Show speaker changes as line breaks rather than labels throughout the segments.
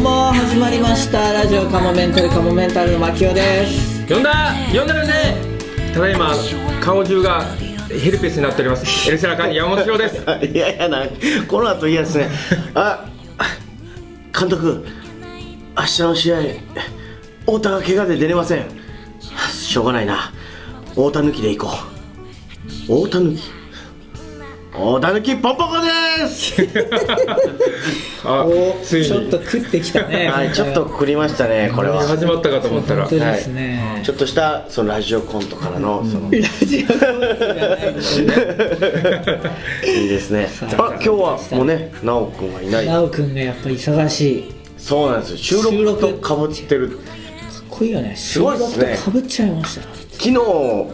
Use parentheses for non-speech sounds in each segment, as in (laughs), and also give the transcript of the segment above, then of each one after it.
も始まりましたラジオカモメンタルカモメンタルの牧雄です
呼んだ呼んだよねただいま顔中がヘルペスになっておりますエルセラカニ山本翔です
(laughs) あいやいやなこの後嫌ですねああ監督明日の試合太田が怪我で出れませんしょうがないな太田抜きで行こう太田抜き太田抜きポンポコです、
あついに
ちょっと食ってきたね
(laughs) (laughs) はい、ちょっとくくりましたねこれは
始まったかと思ったら
本当ですね、
ちょっとしたそのラジオコントからの (laughs) その
ラジオトークがないですね
(laughs) いいですねあ今日はもうね奈く君はいない
なおくんがやっぱ忙しい
そうなんですよ収
収
録
録
とかぶってる
かっこいいよねす
ごいっすね
かぶっちゃいました
昨日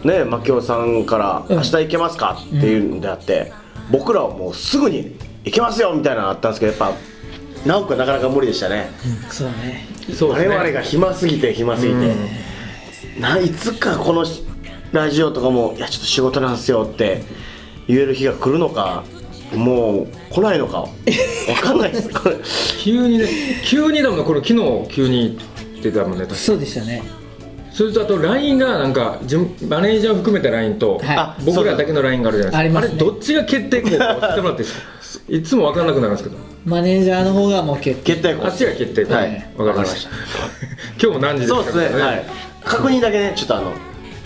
ね槙尾さんから「
うん
明日行けますか?」っていうのであって、僕らはもうすぐに「行けますよ!」みたいなのあったんですけどやっぱ直くんなかなか無理でしたね
そうだね
そうです
我々
ね
が暇すぎて暇すぎて、ないつかこのラジオとかも「いやちょっと仕事なんすよ」って言える日が来るのかもう来ないのかわかんないですこれ
急にね急にだもんなこれ昨日急にってたもんね
そうでしたね
それとあと LINE がなんか事務マネージャー含めた LINE と、
はい
あ
僕らだけの LINE があるじゃないですか
ありますね
れどっちが決定校か教えてもらっていいですかいつも分かんなくなるんですけど
マネージャーの方がもう結
決定校
あっちが決定校、
はい
分かりました今日も何時ですか
そうですね、はい、確認だけねちょっとあの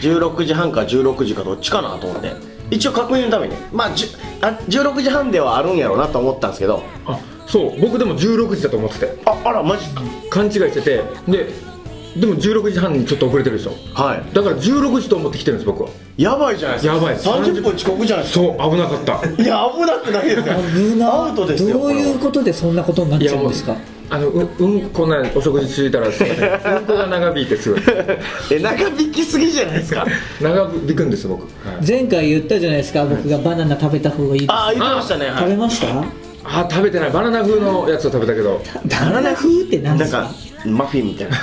16時半か16時かどっちかなと思って一応確認のためにまあじゅあ16時半ではあるんやろうなと思ったんですけど
あそう僕でも16時だと思ってて
ああらマジっすか
勘違いしててででも16時半にちょっと遅れてるでしょ
は
だから16時と思って来てるんです僕はい
やばいじゃないですか
やばいです
30分遅刻じゃないです
そう危なかった
かいや危なくないですか
構危な
(laughs) アウトですよ
どういうことでそんなことになっちゃうんですか
あのううんこんなお食事ついたらすいませんうんこが長引いてすごい
これはえ長引きすぎじゃないですか
長引くんです僕、はい
前回言ったじゃないですか僕がバナナ食べた方がいいって
ああ言ってましたねは
食べ
い
ました
あ食べてないバナナ風のやつを食べたけど
バナナ風って何で
なん
すか
かマフィンみたいなあ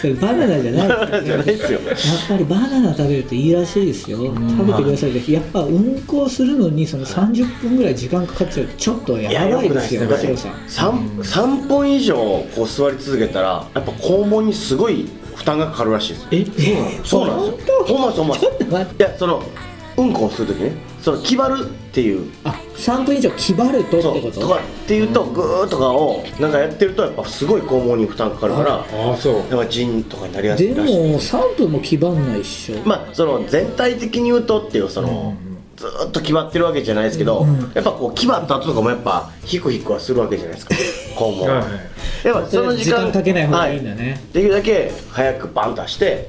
それバナナじゃないです
の (laughs) じゃないですよ
やっぱりバナナ食べるといいらしいですよ食べてくださいってやっぱ運行するのにその30分ぐらい時間かかっちゃうとちょっとやばいですよ
だって
白さん
三三本以上こう座り続けたらやっぱ肛門にすごい負担がかかるらしいです
えそうなの
そうなんですよ
本当
ほんまですほんまです
ちょっと待っ
いやそのうんこをするときねその気張るっていう
あ3分以上気張るとってこ
と
と
かっていうとグーとかをなんかやってるとやっぱすごい肛門に負担かかるから
ああそう
やっぱ腎とかになりやす
で
い
も
らしい
3分も気張んないっしょ
まあその全体的に言うとっていうそのずーっと決まってるわけじゃないですけど、やっぱこう決まった後とかもやっぱヒクヒクはするわけじゃないですか肛門
はい
や
はい
っぱその時間
時間かけない方がいいんだね
はできるだけ早くバン出して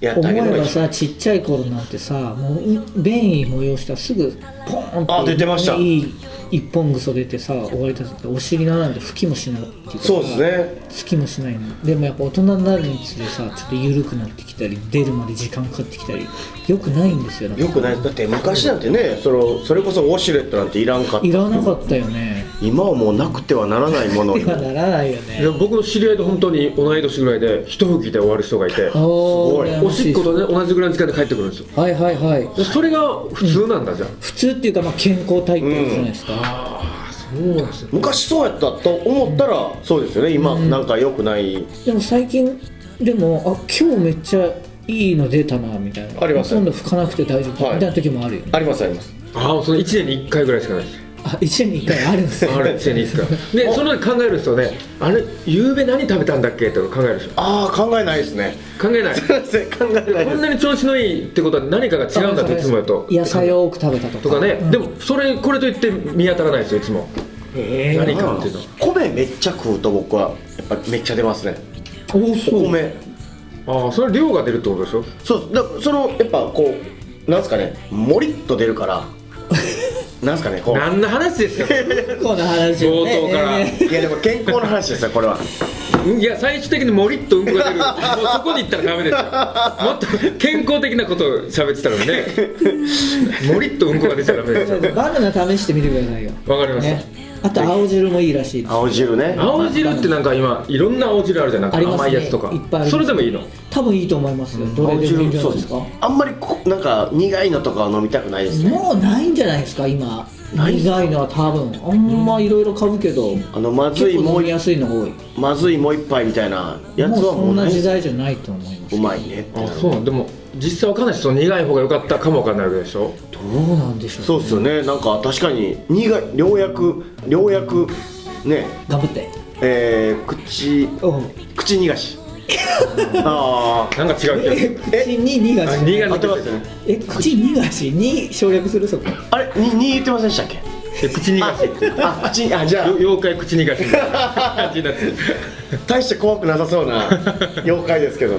やって
思
あげる
え
のが
ば
一番
さちっちゃい頃なんてさもうい便意催したらすぐポーンって
あ出てました
いい一本ぐそ出てさ終わりだってお尻の穴なんて拭きもしないっていうか
そうですね
つきもしないのでもやっぱ大人になるにつれさちょっと緩くなってきたり出るまで時間かかってきたりよくないんですよなんか
よくないだって昔なんてねそのそれこそウォシュレットなんていらんかった
いらなかったよね
今はもうなくてはならないもの
い
に
やならないよ
いや
ね
僕の知り合いで本当に同い年ぐらいで一吹きで終わる人がいて
お
すごい
ー
おしっことね同じぐらいの時間で帰ってくるんですよ
はいはいはい
でそれが普通なんだじゃ
普通っていうかまあ健康体験じゃないですか、
ああそうなんですね
昔そうやったと思ったらそうですよね今なんか良くない
でも最近でもあ今日めっちゃいいの出たなみたいな
あります
今度拭かなくて大丈夫み
はい
たいな時もあるよね、
ありますあります
ああその1年に1回ぐらいしかないです
あ1年に1回あるんですよ (laughs)
あれ1年に1回でその中で考えるんですよねあれ夕べ何食べたんだっけとか考えるでしょ
ああ考えないですね
考え (laughs) ない
考えない
こ
で
ん
す
なに調子のいいってことは何かが違うんだといつもやと
野菜を多く食べたとか
とかね、でもそれこれといって見当たらないですよいつも
へ
何
え
かっていうのは
米めっちゃ食うと僕はやっぱめっちゃ出ますね
お
お
そう
米
ああそれ量が出るってことでしょ
そうだそのやっぱこうなんすかねもりっと出るからなんすかねこう
何の話です
(laughs)
か
この話をね
冒頭から
えー
いやでも健康の話ですよこれは
うんいや最終的にもりっとうんこが出るもうそこに行ったらダメですよもっと健康的なことを喋ってたの
(laughs)
にねもりっとうんこが出ちゃダメですよ
バナナ試してみてくださいよ
わかりました、
ねあと青汁もいいらしいです
青汁ね
青汁ってなんか今いろんな青汁あるじゃんなんか
ありますね
甘いやつとか、
いっぱいあります
それでもいいの
多分いいと思いますよどれ
青
でもいいんじ
汁
ゃない
そ
うで
ですす
か
あんまりこなんか苦いのとかは飲みたくないですね
もうないんじゃないですか今
ないです
苦いのは多分あんまいろいろ買うけど
あのまず
結
い
構
も
飲
う
みやすいのが多い
まずいもう一杯みたいなやつ
もう
は
そ
もうん
な
ね
時代じゃないと思います
うまいねってな
あ
る
そうでも実際わかんないしその苦い方が良かったかもわかんないわけでしょ
どうなんでしょう
そうっすよねなんか確かに苦いようやくようやくね
頑張って
えー、口
う
口逃が (laughs) しああ
なんか違う気がす
ん口
る
に苦
あ
し
苦い
合
の
ってますよね
え口に苦しに省略するそこ
あれにに言ってませんでしたっけ
え口にがしって
あ口あじゃあ
よ妖怪口にがしみた
(laughs)
いな感じになってる
大して怖くなさそう (laughs) な妖怪ですけど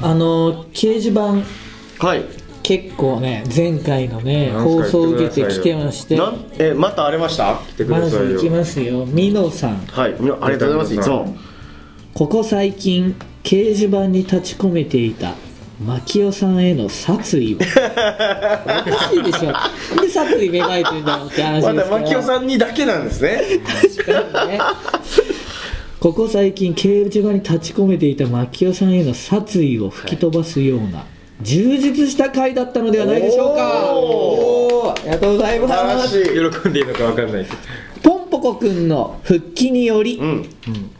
あの掲示板
はい
結構ね前回のね
なんすか
放送を受けてきてまして
なんえまた荒れました
来てく
ま
だ
ず
さい
行き
よ
ますよミノさん
はいみありがとうございますいつも
ここ最近掲示板に立ち込めていた牧雄さんへの殺
(laughs)
意をおかしいでしょなんで殺意芽生えてんだろうって話ですか
ま
ら
だ牧雄さんにだけなんですね
確かにね (laughs) ここ最近掲示板に立ち込めていた牧雄さんへの殺意を吹き飛ばすような充実した回だったのではないでしょうか
お
おーありがとうござい
素晴ら
ま
し
す
い
喜んでいいのかわかんないけど
ポンポコくんの復帰により、
うん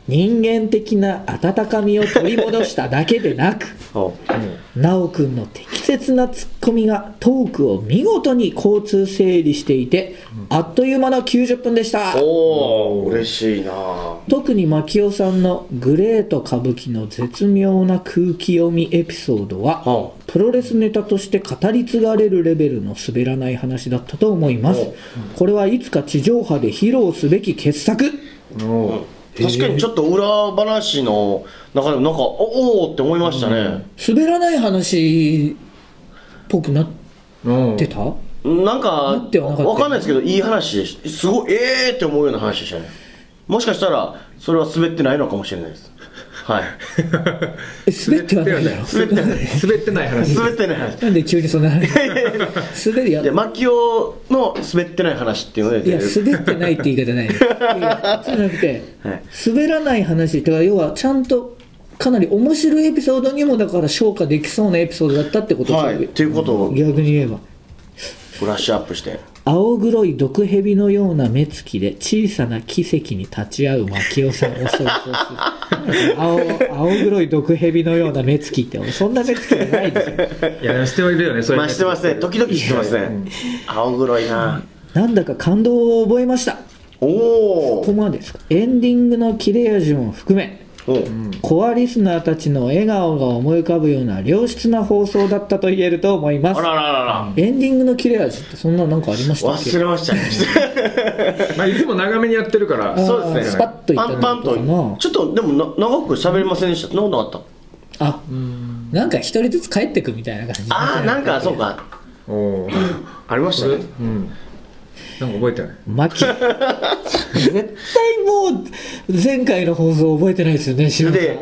人間的な温かみを取り戻しただけでなく (laughs)
お
なおくんの適切なツッコミがトークを見事に交通整理していて、あっという間の90分でした
おー嬉しいなあ
特に牧雄さんの「グレート歌舞伎」の絶妙な空気読みエピソードは、
はあ
プロレスネタとして語り継がれるレベルの滑らない話だったと思います、これはいつか地上波で披露すべき傑作
お
確かにちょっと裏話の中でもなんかおおーって思いましたね、
滑らない話っぽくなっ
お
てた、
なんか
なってはなかった
わかんないですけどいい話でしすごいええー、って思うような話でしたねもしかしたらそれは滑ってないのかもしれないです
(laughs)
はい
え滑ってはないだろ
滑ってない
滑ってない話
滑ってな
(laughs)
い話
なんで急にそん
(laughs)
な話滑りや
でマキオの滑ってない話っていうので
い
出
や
る
滑ってないって言い方ないいやそうじゃなくて、
はい
滑らない話ってか要はちゃんとかなり面白いエピソードにもだから消化できそうなエピソードだったってことですよ、
はいっていうことを
逆に言えば
ブラッシュアップして
青黒い毒蛇のような目つきで小さな奇跡に立ち会う牧雄さんを想像する青青黒い毒蛇のような目つきってそんな目つきじゃないですよ
いやしてはいるよねそれ
まあしてますね時々してますね青黒いな
なんだか感動を覚えました
おお
ここまでですかエンディングの切れ味も含め
おう
コアリスナーたちの笑顔が思い浮かぶような良質な放送だったと言えると思いま
あ
す
らららら
エンディングの切れ味ってそんななんかありましたっけ
忘れましたね
まあいつも長めにやってるから
あー
そうですね
スパッといった
パンパン
のか
と
な
ちょっとでもな長く喋りませんでしたそんなことなかった
あなんか一人ずつ帰ってくみたいな感じ
ああなんかそうか
おお
ありましたね
うんなんか覚えてない
マキ
(laughs)
絶対もう前回の放送覚えてないですよね白
で
さ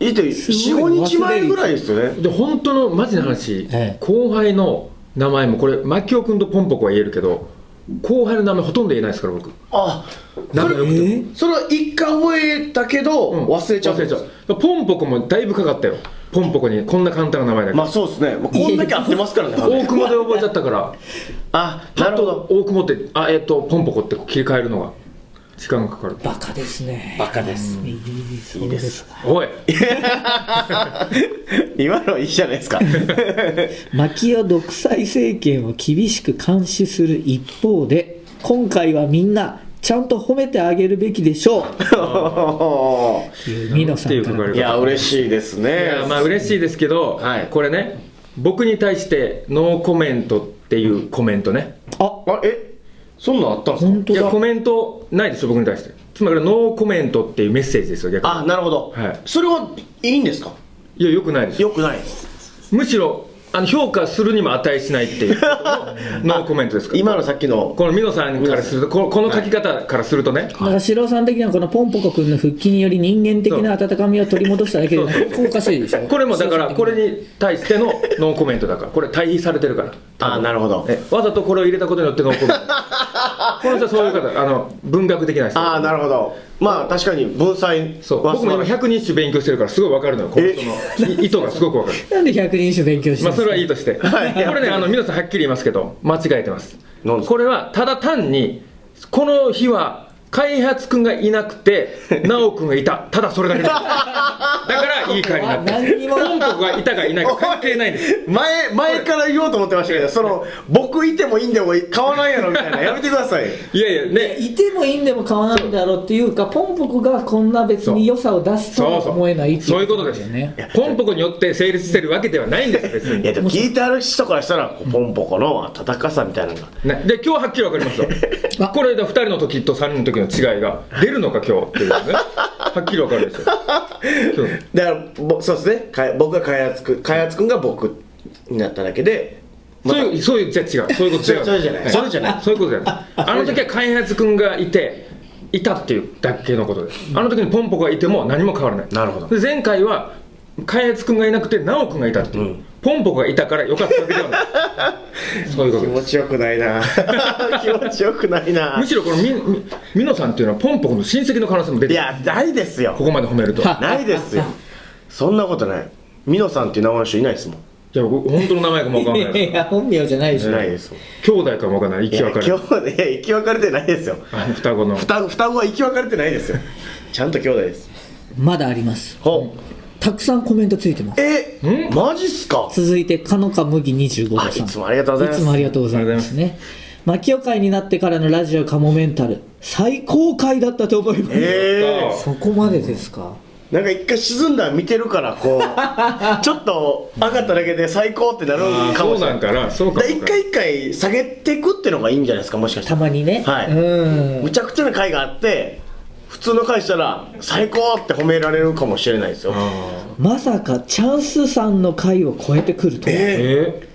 いって45
ごい
日前ぐらいですよね
で本当のマジな話、
ええ
後輩の名前もこれ牧雄君とポンポコは言えるけど後輩の名前ほとんど言えないですから僕
あ
仲良くても
えー
それは一回覚えたけど
うん
忘れちゃう
忘れちゃうポンポコもだいぶかかったよポンポコにこんな簡単な名前だけど、
まあそうですねまあこんだけ合ってますからね (laughs)
大久保で覚えちゃったから
あ
パ
(laughs)
ッ
なるほど
と大久保ってあえっ、とポンポコって切り替えるのが時間がかかる
バカですね
バカです
いいそう
いいです
おい
(laughs) 今のいいじゃ (laughs) ないですか
マキオ独裁政権を厳しく監視する一方で今回はみんなちゃんと褒めてあげるべきでしょうって
(laughs)
いうミノさんから
なんていうか
の
いや嬉しいです
い
ね
やまあ嬉しいですけど、
はい
これね僕に対してノーコメントっていうコメントね
あ
(laughs) あえそんなんあったんですか
本当
いや
だ
コメントないでしょ僕に対してつまりノーコメントっていうメッセージですよ逆
あなるほど
はい
それはいいんですか
にいやよくないですよ
よくない
むしろあの評価するにも値しないっていうノーコメントですから
今のさっきの
このミノさんからするとここの書き方からするとね
だから白さん的にはこのポンポコ君の復帰により人間的な温かみを取り戻しただけでなくおかしいでしょ
これもだからこれに対してのノーコメントだからこれ対比されてるから
あなるほど
えわざとこれを入れたことによってノーコメントこの人はそういう方あの文学的な人
ああなるほどまあ確かに文才は
そう僕も今100人種勉強してるからすごい分かるのよこの人のい意図がすごく分かる
なんで百人一首勉強して
ま
るん
あそ
ですか
れはいいとして、
はい
これねあの皆さんはっきり言いますけど間違えてます
なんですか
これはただ単にこの日は開発君がいなくて直君がいたただそれだけですだからいい会になってます
何にも
本国がいたかいないか関係ないんです
前前から言おうと思ってましたけどその僕いてもいいんでも買わないやろみたいなやめてください
いやいやね
いてもいいんでも買わないだろうっていうかポンポコがこんな別に良さを出すと
そう
は
そう
思えないって
そういうこと
な
で
ん
す
よね
ポンポコによって成立してるわけではないんです別
いや
に、
でも聞いてある人からしたらポンポコの温かさみたいなのが
ね、で今日はっきり分かりますよ
あ
これで2人の時と3人の時の違いが出るのか今日っていうねはっきり分かるんですよそう
だからぼそうですねかい僕が開発くん開発くんが僕になっただけでま
そう
た
いう、そういう、じゃ違う。そういうこと違う。
それじゃないそれじゃない
そういうことじゃない。あの時は開発君がいて、いたっていうだけのことです。あの時にポンポコがいても何も変わらない。
なるほど
で前回は、開発君がいなくて、直君がいたっていう。
うん
ポンポコがいたからよかったわけではない。そういうことで
気
す。
持ちよくない (laughs) な気持ちよくないな
むしろこのみ、み、みのさんっていうのはポンポコの親戚の可能性も出
い
てる。
やないですよ
ここまで褒めると。い
は
ないですよそんなことないミノさんっていう名前の人いないですもん
や、僕本当の名前かもわかんない
い
から。
や本名じゃないでしょ
ないですもん
兄弟かもわかんない。生
い
き
や
別
今
れ。
日ね生き別れてないですよ
あの双子の。
双子双子は生き別れてないですよ (laughs) ちゃんと兄弟です
まだあります
ほ
たくさんコメントついてます
え
ん
マジっすか
続いてかのか麦25号さん
あいつもありがとうございます
いつもありがとうございますね牧尾会になってからのラジオカモメンタル最高回だったと思います、
え
そこまでですか
ー、なんか一回沈んだら見てるからこうちょっと上がっただけで最高ってなる
あー
か
そ
も
う
しれ
な
なんい
かな。そうか
だ
も
から一回一回下げていくってのがいいんじゃないですかもしかした
た
ら
まにね、
はい
うん
むちゃくちゃな回があって普通の回したら最高って褒められるかもしれないですよ
あ
まさかチャンスさんの回を超えてくるとは、
ーえ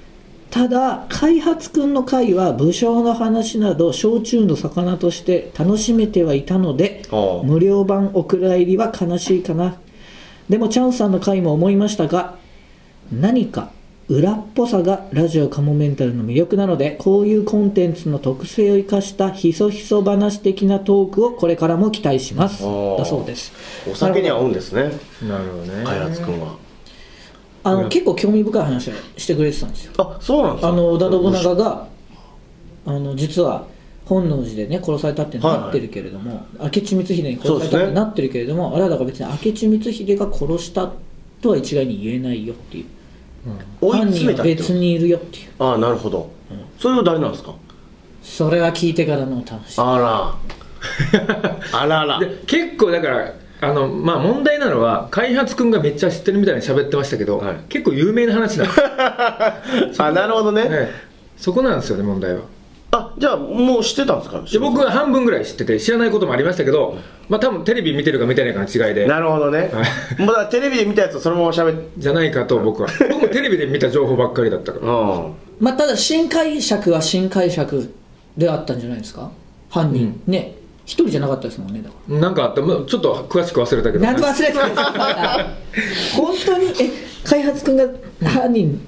ただ開発くんの回は武将の話など焼酎の魚として楽しめてはいたので
おう
無料版お蔵入りは悲しいかなでもチャンスさんの回も思いましたが何か裏っぽさがラジオカモメンタルの魅力なのでこういうコンテンツの特性を生かしたひそひそ話的なトークをこれからも期待します
おー
だそうです
お酒には合うんですね
ーなるほどね。
開発君は
あの結構興味深い話をしてくれてたんですよ
あそうなんですか
あの織田信長があの実は本能寺でね殺されたって
はいはい
なってるけれども、明智光秀に殺された
そう
っ
です
て
ね
なってるけれども、あれはだから別に明智光秀が殺したとは一概に言えないよっていう
追い
犯
詰
人
め
は
たってこと
別にいるよっていう
ああなるほど、それは誰なんですか
それは聞いてからのお楽しみ
あらあら
(laughs)
ら
で結構だからあのまあ問題なのは開発君がめっちゃ知ってるみたいに喋ってましたけど、
はい
結構有名な話なんです、
あなるほどね、 (laughs)
ええそこなんですよね問題は
あじゃあもう知ってたんですか
で僕は半分ぐらい知ってて知らないこともありましたけどまあ多分テレビ見てるか見てないかの違いで
なるほどね
は
もうだからテレビで見たやつをそのまま喋って
じゃないかと僕
(laughs)
は僕もテレビで見た情報ばっかりだったから
うん
まあただ新解釈は新解釈であったんじゃないですか犯人、ね一人じゃなかったですもんねだから
なんかあったまあちょっと詳しく忘れたけど、
なんで忘れてたんで
(laughs)
すか本当にえ開発君が犯人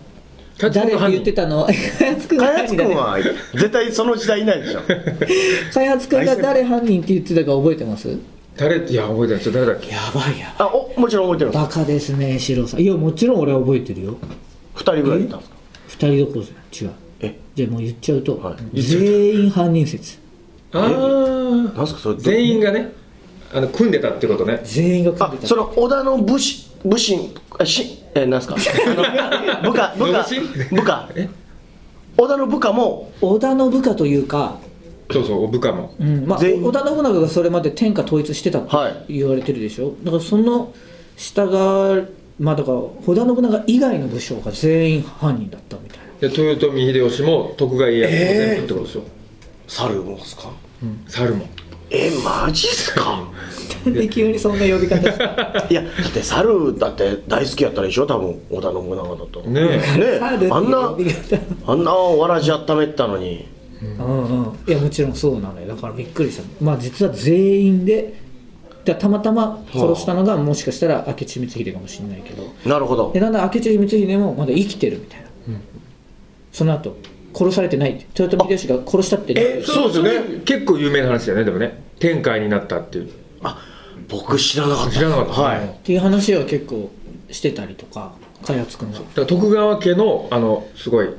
開発君
誰
が
っ
犯
て
人
言ってたの (laughs) 開発君が
開
犯
発
人
君
だね
は絶対その時代いないで (laughs) しょ
開発君が誰犯人って言ってたか覚えてますや
誰いや覚えてないちょっと誰だっけ
ばいや
あおもちろん覚えてる
バカですねシロさんいやもちろん俺は覚えてるよ
2人ぐらいいたんですか
二人どころじゃない違う
え
じゃあもう言っちゃうと、
はい
全員犯人説
あー
なんすかそれ
全員がねあの組んでたってことね
全員が組
あ
んで
そ
た
の織田の武士武神あしえなんすかあの部下部下
信
部下
え
織田の部下も
織田の部下というか、
そうそう部下も
うんまあ、
全員
織田信長がそれまで天下統一してた
は
って言われてるでしょ、だからその下がまあだから織田信長以外の武将が全員犯人だったみたいな
で豊臣秀吉も徳川家康も全部ってことでしょ、
猿もですか
うん猿も
えマジっすか
なん (laughs) で急にそんな呼び方した
いやだって猿だって大好きやったでしょ多分織田信長だとね
ね
え
猿って
あんな
呼び方
あんなわらじ温めてたのに
うんうん、いやもちろんそうなのよだからびっくりしたまあ実は全員でだたまたま殺したのがもしかしたら明智光秀かもしれないけど
なるほど
でだんだん明智光秀もまだ生きてるみたいな、その後殺されてない豊臣秀吉が殺したって
えそうです
そう
よね結構有名な話だよねでもね天海になったっていう
あ僕知らなかった
知らなかった
は
うん
い
っていう話は結構してたりとか開発君が
だから徳川家のあのすごい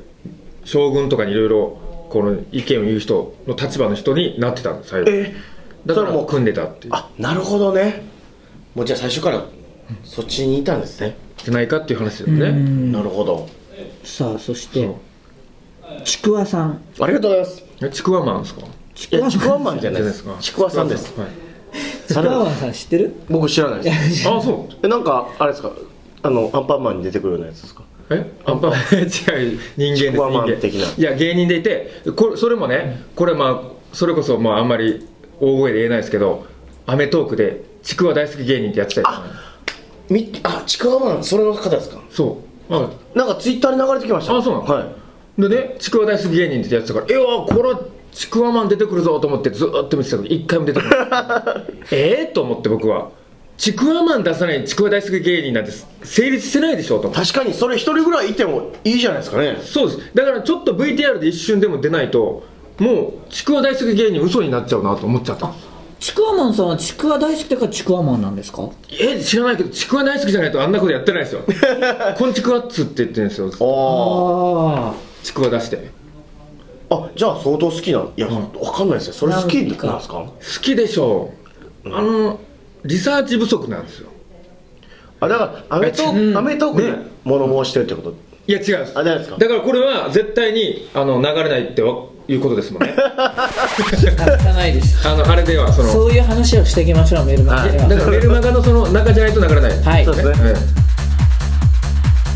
将軍とかにいろいろこの意見を言う人の立場の人になってたの最後
え
だから
それも
もう組んでたっていう
あなるほどねもうじゃあ最初からそっちにいたんですね
じゃないかっていう話だよね
なるほど
さあそし
そ
てちくわさん
ありがとうございます
うえちくわマンですか
ち
いやちくわマンじゃ
じゃな
ない
い
で
です
す
か
ちくわさんです
はい
(laughs) ちくわマンさん知 (laughs) ってる
僕知らないです
あそう
えなんかあれですかあのアンパンマンに出てくるようなやつですか
えアンパン
(laughs)
違う人間です
ちくわマン
人間
的ない
や芸人でいてこれそれもねこれまあそれこそまああんまり大声で言えないですけど『アメトーーク』でちくわ大好き芸人ってやってたよね
みあちくわマンそれの方ですか
そうまあ
なんかツイッターに流れてきました
あそうなの
はい
でねちくわ大好き芸人ってやってたから「えやこれちくわマン出てくるぞ」と思ってずーっと見てたけど一回も出て
(laughs)
こないええと思って僕はちくわマン出さないちくわ大好き芸人なんて成立してないでしょと思って
確かにそれ一人ぐらいいてもいいじゃないですかね
そうですだからちょっと VTR で一瞬でも出ないともうちくわ大好き芸人嘘になっちゃうなと思っちゃった
ちくわマンさんはちくわ大好きだからちくわマンなんですか
え知らないけどちくわ大好きじゃないとあんなことやってないですよこんちくわっつって言ってるんですよ
あ
ああ
ちくわ出して
ああじゃあ相当好きないや、わかんないですねそれ好きなんですか
なん
好きでしょうあのリサーチ不足なんですよ
あだからアメトーク、
うん
アメトークで
ね
物申してるってこと、
いや違うんです
あれですか
だからこれは絶対にあの流れないってわいうことですもんね
聞かないです
あのあれではその
そういう話をしていきましょうメールマガジン (laughs)
だ
は
からメルマガのその中じゃないと流れない
はい
そうですね
え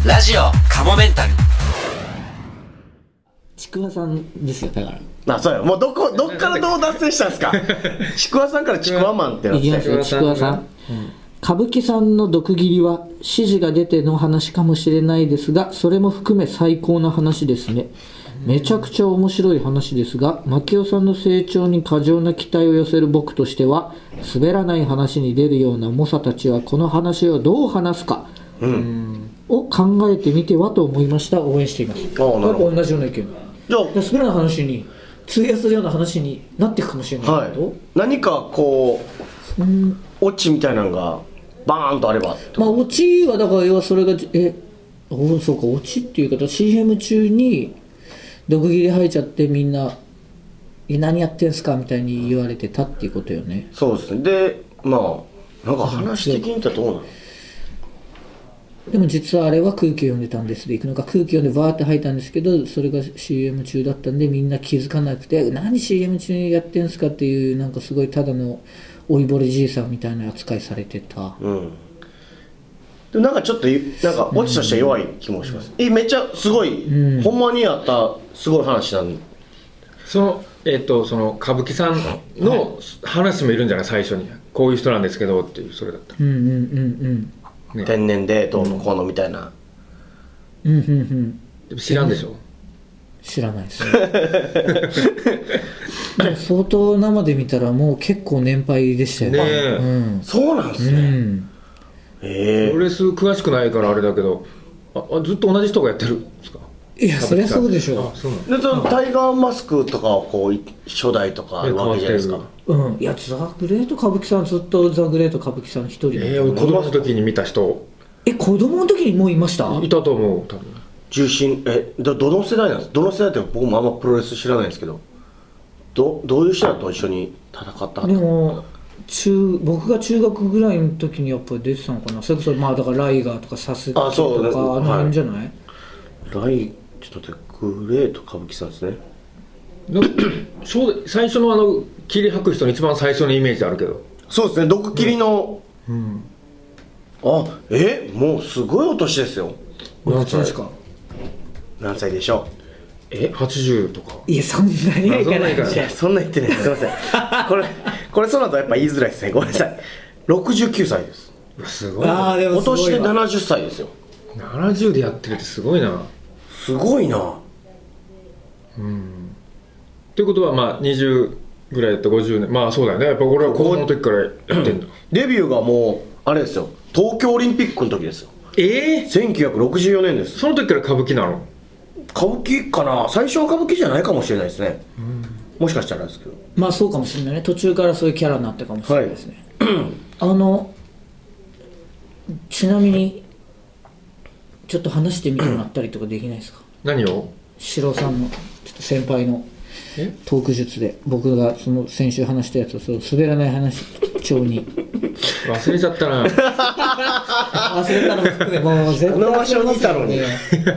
え
ラジオカモメンタル
ちくわさんですよだから
あそうやもうどこどっからどう脱線したんです
(laughs)
かちくわさんからちくわマンってなっ
いきます
ちく
よ
わ
ち
さん
くわさん歌舞伎さんの毒斬りは指示が出ての話かもしれないですがそれも含め最高な話ですねめちゃくちゃ面白い話ですが牧雄さんの成長に過剰な期待を寄せる僕としては滑らない話に出るような猛者たちはこの話をどう話すかを考えてみてはと思いました応援しています
ああなるほど
同じような意見
じゃ
いや滑らない話に通訳するような話になっていくかもしれない
あはい
けど、
何かこうオチみたいなのがバーンとあれば
まあオチはだから要はそれがえおそうかオチっていうか CM 中に毒斬り吐いちゃってみんな「え何やってんすか?」みたいに言われてたっていうことよね
そうですねでまあなんか話的に言ったらどうなの
でも実はあれは空気を読んでたんですで行くのか空気読んでバーって吐いたんですけどそれが CM 中だったんでみんな気づかなくて「何 CM 中にやってんすか?」っていうなんかすごいただの老いぼれじいさんみたいな扱いされてた
うんでもなんかちょっとゆなんかオチとしては弱い気もします、えめっちゃすごい、ほんまにあったすごい話なん
そのえっ、とその歌舞伎さんの話もいるんじゃない最初にこういう人なんですけどっていうそれだった
うんうんうん
ね
天然でどうのこうのみたいな、
うんうんうんうん
でも知らんでしょ、
知らないですねでも相当生で見たらもう結構年配でしたよね
ねえ
うん
そうなんです
う
ね、
ん、
ええ
俺す詳しくないからあれだけどああずっと同じ人がやってるんですか
いやそりゃそうでしょ
あそうなの
でそのタイガーマスクとかはこうい初代とかあるわけじゃないですか
ね
う、うん、いやザ・グレート歌舞伎さんずっとザ・グレート歌舞伎さん一人で
ええ俺子供の時に見た人
え子供の時にもういました
いたと思う多分
重心えどどの世代なんですどの世代って僕もあんまプロレス知らないんですけどどどういう人だと一緒に戦ったと
でも中僕が中学ぐらいの時にやっぱり出てたのかなそれこそまあだからライガーとかサスケとか
あそう
あの辺じゃない、
ライちょっと待ってグレート歌舞伎さんですね
のそう最初のあの切り吐く人の一番最初のイメージあるけど
そうですね毒斬りの、あえもうすごいお年ですよ
俺たちですか
何歳でしょう
え80とか
いやそんなにはいかない
あそんなにはいか
じゃん
ない
えそんな言ってないすいま
(laughs)
せんこれこれその後やっぱ言いづらいですねごめんなさい69歳です
うわすごい
あ
な
あでも
今
すごいわ
年で70歳ですよ
70でやってるってすごいな
すごいな
ということはまあ20ぐらいだと50年まあそうだよねやっぱ俺は子供の時からやってんだ
デビューがもうあれですよ東京オリンピックの時ですよ
ええ
1964年です
その時から歌舞伎なの
歌舞伎かな最初は歌舞伎じゃないかもしれないですね、もしかしたらですけど
まあそうかもしれないね途中からそういうキャラになってるかもしれないですね、あのちなみにちょっと話してみてもらったりとかできないですか
何を
シロさんのちょっと先輩の
え
トーク術で僕がその先週話したやつをその滑らない話帳
(laughs)
に
忘れちゃったな
忘れたの含めもう絶対
あの場所にいたの
忘
に
れますよね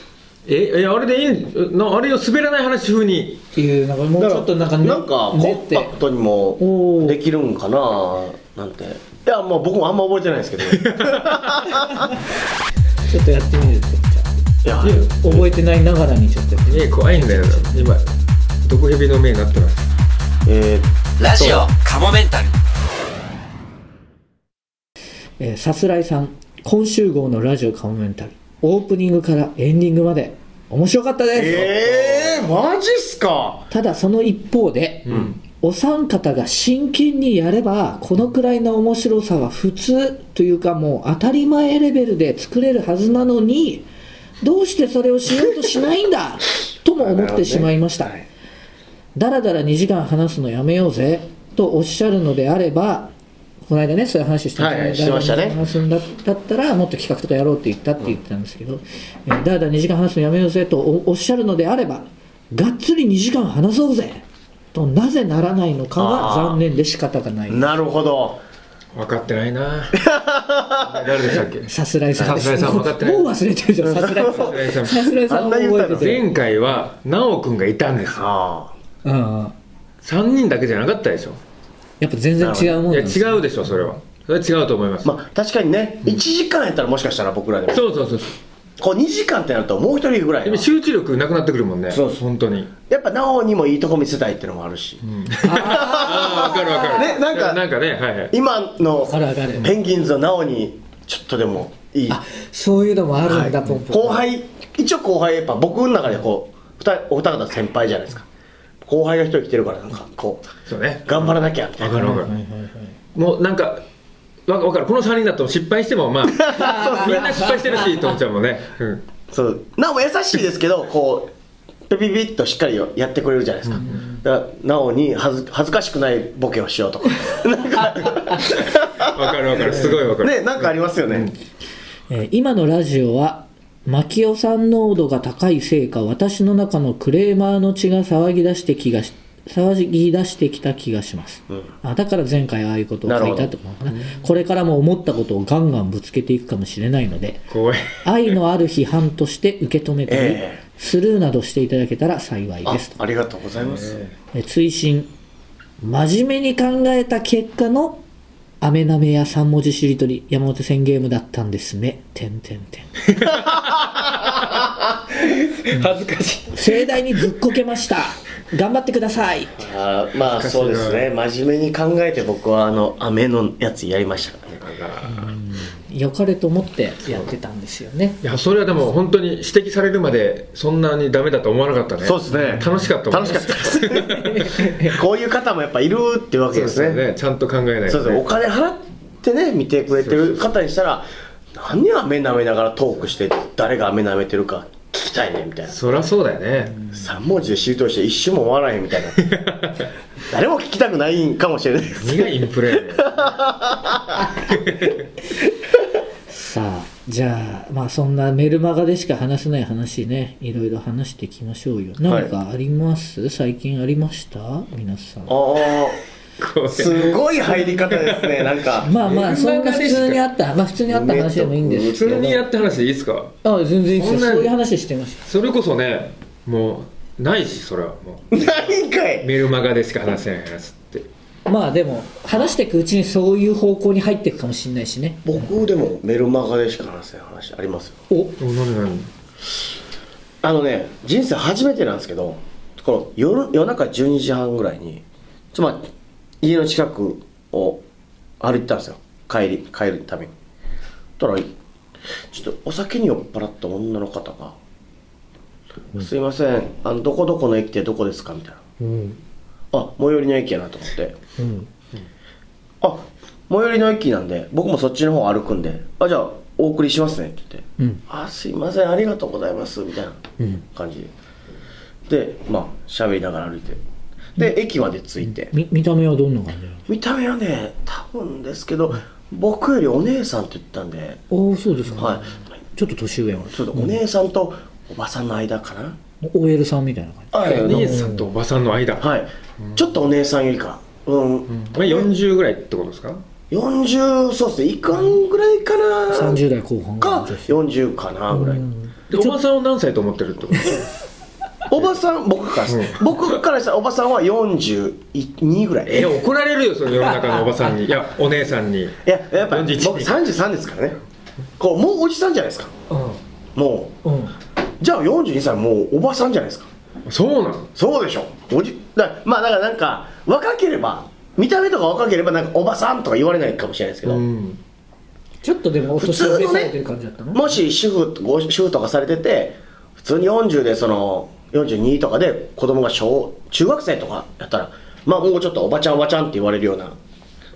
(laughs) ええあれでいいんなあれを滑らない話風に
っていうなんかもうちょっとなんかね
なんかコ
練
ン
って
パクトにもできるんかななんていやまあ僕もあんま覚えてないですけど
(laughs)
い
ちょっとやってみるって
や
覚えてないながらにちょっとやってみる
え怖いんだよ今毒蛇の目になってます
えー
ラジオカモメンタル
えーさすらいさん今週号のラジオカモメンタルオープニングからエンディングまで面白かったです、
えー、マジっすか
ただその一方で、
ん
お三方が真剣にやればこのくらいの面白さは普通というかもう当たり前レベルで作れるはずなのにどうしてそれをしようとしないん
(laughs)
だとも思ってしまいました、だらだら2時間話すのやめようぜとおっしゃるのであればこの間ねそういう話して
はいはいしてましたね
話すんだだったらもっと企画とかやろうって言ったって言ってたんですけど、えーだらだら2時間話すのやめようぜとおおっしゃるのであればがっつり2時間話そうぜとなぜならないのかは残念で仕方がない
なるほど
分かってないな (laughs) 誰でしたっ (laughs) け
さすらいさんです
さすらいさん分かってない
もう忘れてるじ
(laughs)
ゃんさすらい
らい
さ
さ
ん
ん
さすらいさんは覚えてて
前回は奈くんがいたんですよ
あ
うんうん
3人だけじゃなかったでしょ
やっぱ全然違うもん
い
な
や
んです
違うでしょそれはそれは違うと思います、
あまあ確かにね、1時間やったらもしかしたら僕らでも
そうそうそう
こう2時間ってなるともう一人ぐらい
で
の
も集中力なくなってくるもんね
そうそう
本当に
やっぱなおにもいいとこ見せたいっていうのもあるし、
ああ分かる分かる
ねなんか
なんかねはいはい
今の
あるあるある
ペンギンズのなおにちょっとでもいい
あそういうのもあるんだ、ポンポン
後輩一応後輩やっぱ僕の中でこう二人お二方先輩じゃないですか後輩が一人来てるからなんかこう
そうね
頑張らなきゃみたい
分
な
かる分かる、もうなんかわ分かるこの3人だと失敗しても
(laughs)
まあみんな失敗してるしと思っちゃうもんね、うん、
そうなお優しいですけどこうピピピッとしっかりやってくれるじゃないですか、だからなおに恥ず恥ずかしくないボケをしようとかなんか
分かる分かるすごい分かる、
ねなんかありますよね、
えー今のラジオは牧雄さん濃度が高いせいか私の中のクレーマーの血が騒ぎ出して気がし騒ぎ出してきた気がします、あだから前回ああいうことを書いたってことかなこれからも思ったことをガンガンぶつけていくかもしれないので
怖い
愛のある批判として受け止めたり、
ええ
スルーなどしていただけたら幸い
あ
ですと
ありがとうございます、
えー追伸真面目に考えた結果のアメナメや三文字しりとり山手線ゲームだったんですね。てんてんてん。
(laughs) 恥ずかしい
盛大にずっこけました頑張ってください
あーまあそうですね真面目に考えて僕はあの雨のやつやりましたからね
良かれと思ってやってたんですよね
いやそれはでも本当に指摘されるまでそんなにダメだと思わなかったね
そうですね
楽しかったもん
楽しかったで
(laughs)
すこういう方もやっぱいるってわ
そう
けで
ですす
ね
よねちゃんと考えないと、ね、
そうですねお金払ってね見てくれてる方にしたら何を雨舐めながらトークして誰が雨舐めてるか聞きたいねみたいな
そりゃそうだよね、
3文字でしりとりして一瞬も終わらへんみ (laughs) たいな誰も聞きたくないんかもしれないです
何がインプレやねん
(laughs)
さあじゃあまあそんなメルマガでしか話せない話ねいろいろ話していきましょうよ何かあります、最近ありました皆さん
ああすごい入り方ですねなん (laughs) か
まあまあ
メル
そ
マ
んな
ガ
普
でしか
通にあったまあ普通にあった話でもいいんです
普
けど
通にやって話でいいですか
あ全然いいですよ
そんな
そういう話してました
それこそねもうないしそれはも
ないんか
う
い
メルマガでしか話せない話って
まあでも話していくうちにそういう方向に入っていくかもしれないしね
僕でもメルマガでしか話せない話ありますよ
お
お何何
あのね人生初めてなんですけどこの夜夜中12時半ぐらいにつまり家の近くを歩いてたんですよ帰り帰るためにそしたらちょっとお酒に酔っ払った女の方が「すいませんあのどこどこの駅ってどこですか?」みたいな「あ最寄りの駅やな」と思って「あ最寄りの駅なんで僕もそっちの方歩くんであじゃあお送りしますねって言って「
うん
あすいませんありがとうございます」みたいな感じで、でまあ喋りながら歩いてで、駅まで着いて、
み見た目はどんな感じなの
見た目はね多分ですけど僕よりお姉さんって言ったんで、
おおそうですか、
はい
ちょっと年上は
そうだお姉さんとおばさんの間かな、
OL さんみたいな感じ
はい
お姉さんとおばさんの間、
はい、ちょっとお姉さんよりかうん、
まあ、40ぐらいってことですか
40そうっすねいかんぐらいかな
30代後半
か
の女性
40かなぐらい、
でおばさんを何歳と思ってるってこと
おばさん僕からしたら、僕からしたらおばさんは42ぐらい
(laughs) え怒られるよその世の中のおばさん (laughs) にいやお姉さんに
いややっぱ僕
41
33ですからねこうもうおじさんじゃないですかもう
うん
じゃあ42歳もうおばさんじゃないですか
そうなの
そうでしょおじだまあだからなんか若ければ見た目とか若ければなんかおばさんとか言われないかもしれないですけど、
うん
ちょっとでもお
普
年
通
を召
の
され
ね
てる感じだったの
もし主婦ご主婦とかされてて普通に40でその42とかで子供が小中学生とかやったらまあもうちょっとおばちゃんおばちゃんって言われるような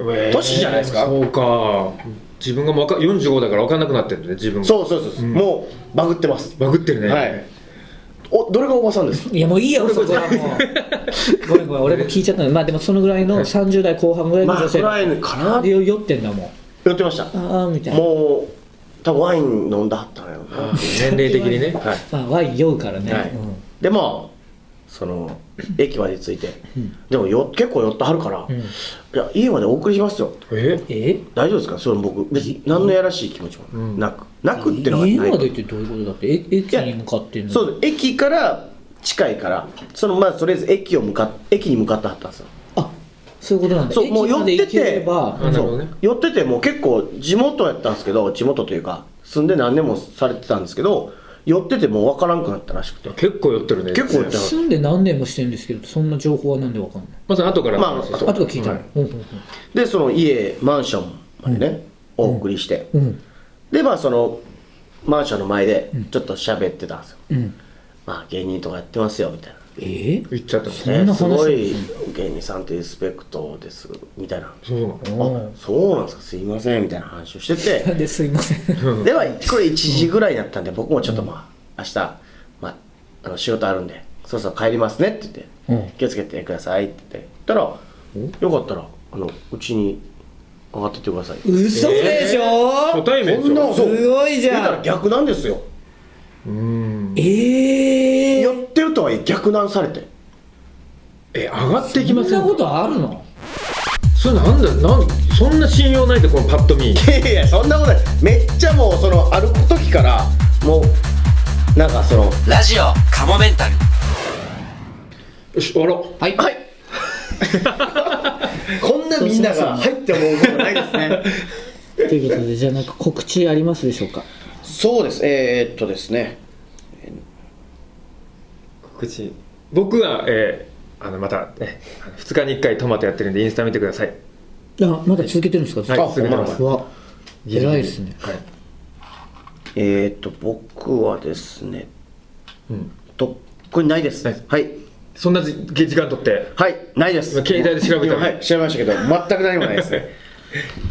えー
年じゃないですか
そうか自分がもうわか45だから分かんなくなってるね自分が
そうそうそうそう、もうバグってます
バグってるね
はいおどれがおばさんです
いやもういいよそこはもうごめんごめん俺も聞いちゃったのまあでもそのぐらいの30代後半ぐらいの
まあ
女
そ
性
れは
で
かなって
よ酔ってんだもん
言ってました
ああみたいな
もう多分ワイン飲んだはったのよな
年齢的にね、はい、
まあワイン酔うからね、
はい
うん
でまあその駅まで着いて、でもよ結構寄ってはるから、いや家までお送りしますよ
え
え
大丈夫ですかそれ僕別に何のやらしい気持ちもなく、なくってのがない
家までってどういうことだってえ駅に向かってんの
そう駅から近いからそのまあとりあえず駅を向かっ駅に向かってはったんですよ
あそういうことなんだ
そうもう
駅
寄
ま
っ
で
て
行けれ
て
ば
あなるほどね
そう寄っててもう結構地元やったんですけど地元というか住んで何年もされてたんですけど寄っててもう分からんくなったらしくて
結構酔ってるね
結構寄ってはる
住んで何年もしてるんですけどそんな情報はなんでわかんない
まず後から
まあ
そうそう
あとが聞いたの、
は
うんうん
でその家マンションまでね、お送りして、
うんうん
でまあそのマンションの前でちょっと喋ってたんですよ、
うん
まあ芸人とかやってますよみたいな
え
言っちゃったもんね
そんな話
すごい芸人さんってリスペクトですみたいな
そうなの
お
そうなんですかすいませんみたいな話をしてて
なんですいません
ではこれ1時ぐらいだったんで僕もちょっとまあ明日、まあ、あの仕事あるんでそろそろ帰りますねって言って、
うん
気をつけてくださいって言ってたらよかったらあのうちに上がってってください
嘘でしょ、
(laughs) 初対面
こん
でし
な
ょ
そう
すごいじゃん
言うたら逆なんですよ
うん
ええ
やってるとはいえ逆難されて
え上がってき
そ
ま
ん
せ
なんことあるの
それなんだなんそんな信用ないでこのパッと見
いやいやそんなことないめっちゃもうその歩く時からもうなんかその
ラジオカモメンタル
よし終わろ
はい、
はいこんなみんなが「はい」って思うことないですね
ということでじゃあなんか告知ありますでしょうか
(laughs) そうですえー、っとですね
う告知僕はえーあのまた、ね、2日に1回トマトやってるんでインスタ見てください
いやまだ続けてるんですか、
はい
あ
続けてます
ほ
うわ偉いですね
はい
えー、っと僕はですね
うん
とこれないです
ないです
はい
そんなじ時間取って
はいないです
今携帯で調べた
今はい調べましたけど全く何もないですね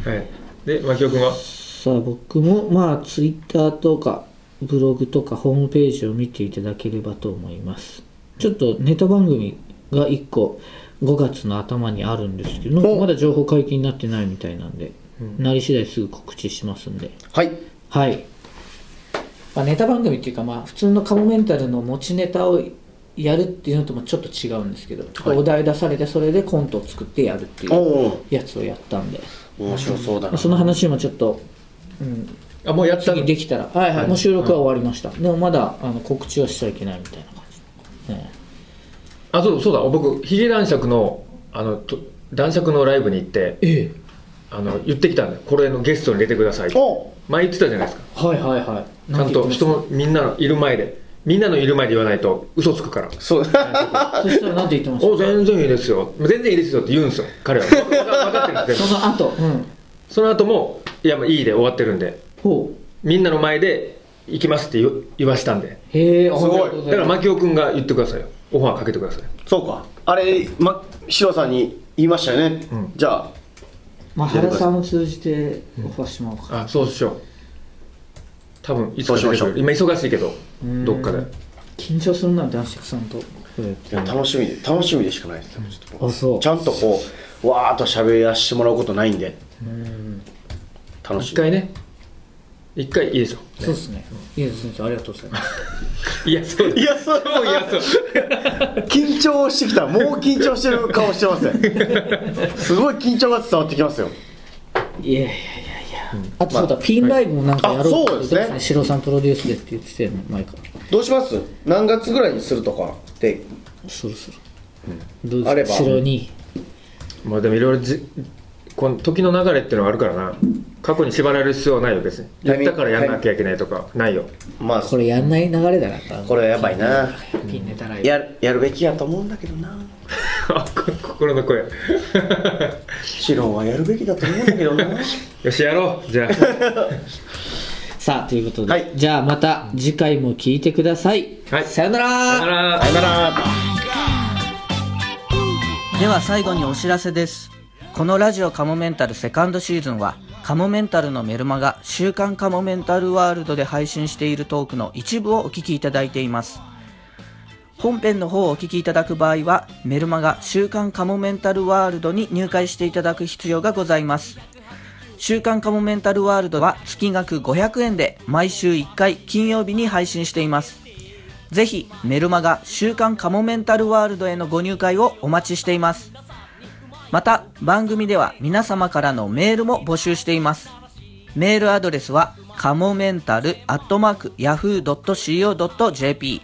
はいで牧雄君は
さあ僕もまあツイッターとかブログとかホームページを見ていただければと思いますちょっとネタ番組が1個5月の頭にあるんですけど
お
まだ情報解禁になってないみたいなんで、なり次第すぐ告知しますんで
(laughs) はい
はい、まあ、ネタ番組っていうかまあ普通のカモメンタルの持ちネタをやるっていうのともちょっと違うんですけど、お題出されてそれでコントを作ってやるってい
お
う
お
やつをやったんで
面白そうだ
まあ
な
その話もちょっと、うん、
あもうやった
次
の
できたら、はいはい、もう収録は終わりました、でもまだあの告知はしちゃいけないみたいな感じ、え
あそうそうだ僕ヒゲ男爵のあのと男爵のライブに行って
え
あの言ってきたんだよこれのゲストに出てくださいって
お
前言ってたじゃないですか
はいはいはい
ちゃんと人
も
もみんなのいる前でみんなのいる前で言わないと嘘つくから
そう (laughs)
そしたら何て言ってまし
お全然いいですよ全然いいですよって言うんですよ彼
(laughs)
は分かってるんで
た
す
そ
よ
の後、うん、
その後もいやまあいいで終わってるんで
ほ
みんなの前で行きますって言う言わしたんで
うへえ
すごい
だから牧雄君が言ってくださいよオファーかけてください
そうかあれ、ま、シロさんに言いましたよね、
ん
じゃあ
まあ、原さんを通じてオファーしてもらおうか、
あそうしよう多分いつ
そう
か
しま
出て
しょ
く
う
る今忙しいけど
うん
どっかで
緊張するな男爵さんと
いや楽しみで楽しみでしかないですちょっとこ
あそう
ちゃんとこうわーっと喋らせてもらうことないんで楽し
一
み
回ね一回いいでしょ
そうですねいいですねありがとうございます
いやそう
いやそう
もういやそう
緊張してきたもう緊張してる顔してますね (laughs) すごい緊張が伝わってきますよ
いやいやいやいや、あとそうだ、ピンライブもなんかやろうって言ってま
あ
し
そう
た
です
ね
ね
シロさんプロデュースでって言ってたよね前から
どうします何月ぐらいにするとかって
そろそろ、どう
あれ
です
ば
かシロに
まあでもいろいろじこの時の流れってのはあるからな過去に縛られる必要はないよ別にや
タイ
っ
ミング
たからやんなきゃいけないとかないよ (laughs)
まあ
これやんない流れだから
これはやばいな
ピンネタライブ
やるやるべきやと思うんだけどな
あこ心の声 (laughs)
シロンはやるべきだと思うんだけどな
よしやろうじゃあ
さあということで、
はい
じゃあまた次回も聞いてください、
はい
さよなら
さよなら
さよなら
では最後にお知らせですこのラジオカモメンタルセカンドシーズンはカモメンタルのメルマガ週刊カモメンタルワールドで配信しているトークの一部をお聞きいただいています本編の方をお聞きいただく場合はメルマガ週刊カモメンタルワールドに入会していただく必要がございます週刊カモメンタルワールドは月額500円で毎週1回金曜日に配信していますぜひメルマガ週刊カモメンタルワールドへのご入会をお待ちしていますまた番組では皆様からのメールも募集していますメールアドレスはカモメンタルアットマークヤフー .co.jp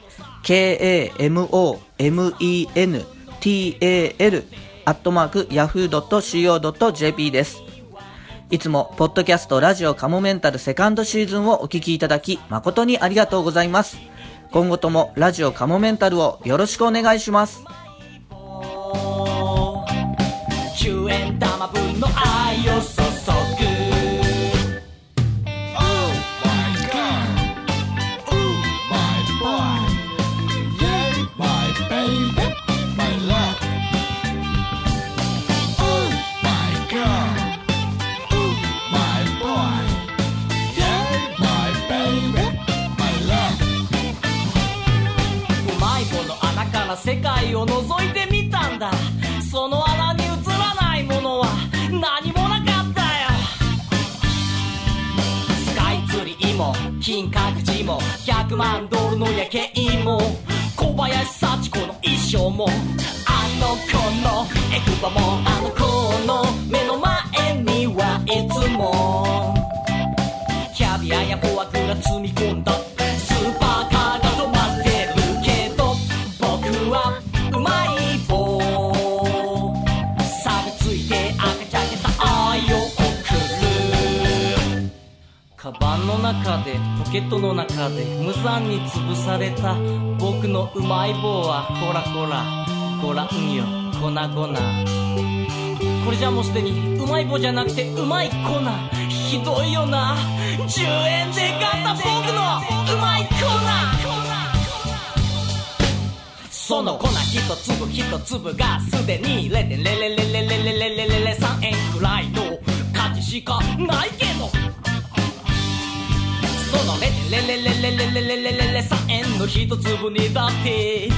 k-a-m-o-m-e-n-t-a-l アットマークヤフー .co.jp ですいつも、ポッドキャストラジオカモメンタルセカンドシーズンをお聞きいただき、誠にありがとうございます。今後ともラジオカモメンタルをよろしくお願いします。
10円玉分の愛を注ぐ Oh my god Oh my boy Yay my baby my love Oh my god Oh my boy Yay my baby my love うまい棒の穴から世界を覗いてみたんだその穴に映らないものは何もなかったよスカイツリーも金閣寺も100万ドルの夜景も小林幸子の衣装もあの子のエクバもあの子の目の前にはいつもキャビアやフォアグラ積み込んだスーパーカーが止まってるけど僕はうまい棒錆びついて赤ちゃけた愛を送るカバンの中でポケットの中で無残に潰された僕のうまい棒はこらこらご覧よ粉々これじゃもうすでにうまい棒じゃなくてうまい粉ひどいよな10円で買った僕のうまい粉その粉一粒一粒がすでにレレレレレレレレレレレレ3円くらいの価値しかないけどそのレレレレレレレレレレレ3円の一粒にだって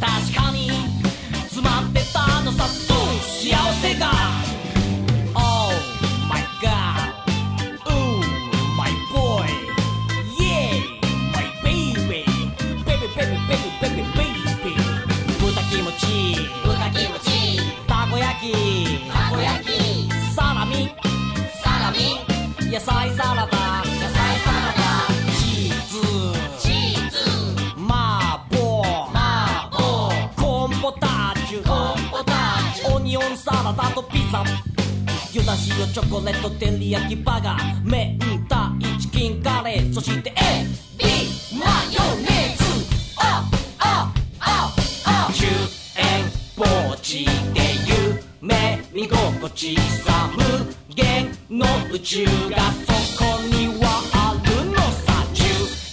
確かに詰まってたのさうん幸せが Oh my god Ooh my boy Yeah my baby Baby baby baby baby baby 豚キムチ
豚キムチ
たこ焼き
たこ焼き
サラミ
サラミ
野菜サラダ
野菜サラダ
チーズ
チーズ
麻婆
麻婆
コーンポタージュ
コーンポタージ
オニオンサラダとピザユダシオチョコレート照り焼きバーガー明太チキンカレーそして A
ビマヨネーズ
10円ポーチで夢見心地さ無限の宇宙がそこにはあるのさ10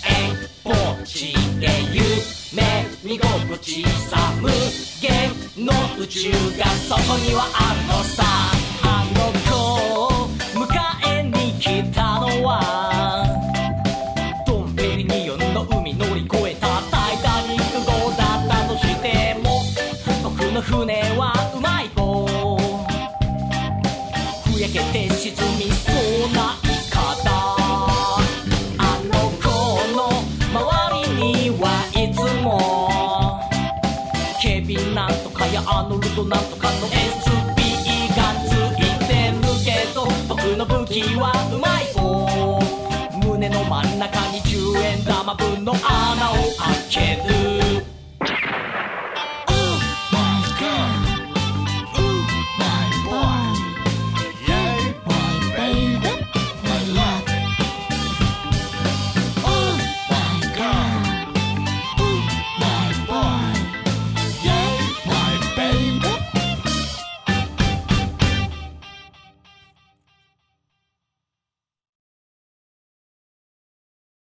円ポーチで夢見心地さ無限の宇宙がそこにはあるのさあの子沈みさ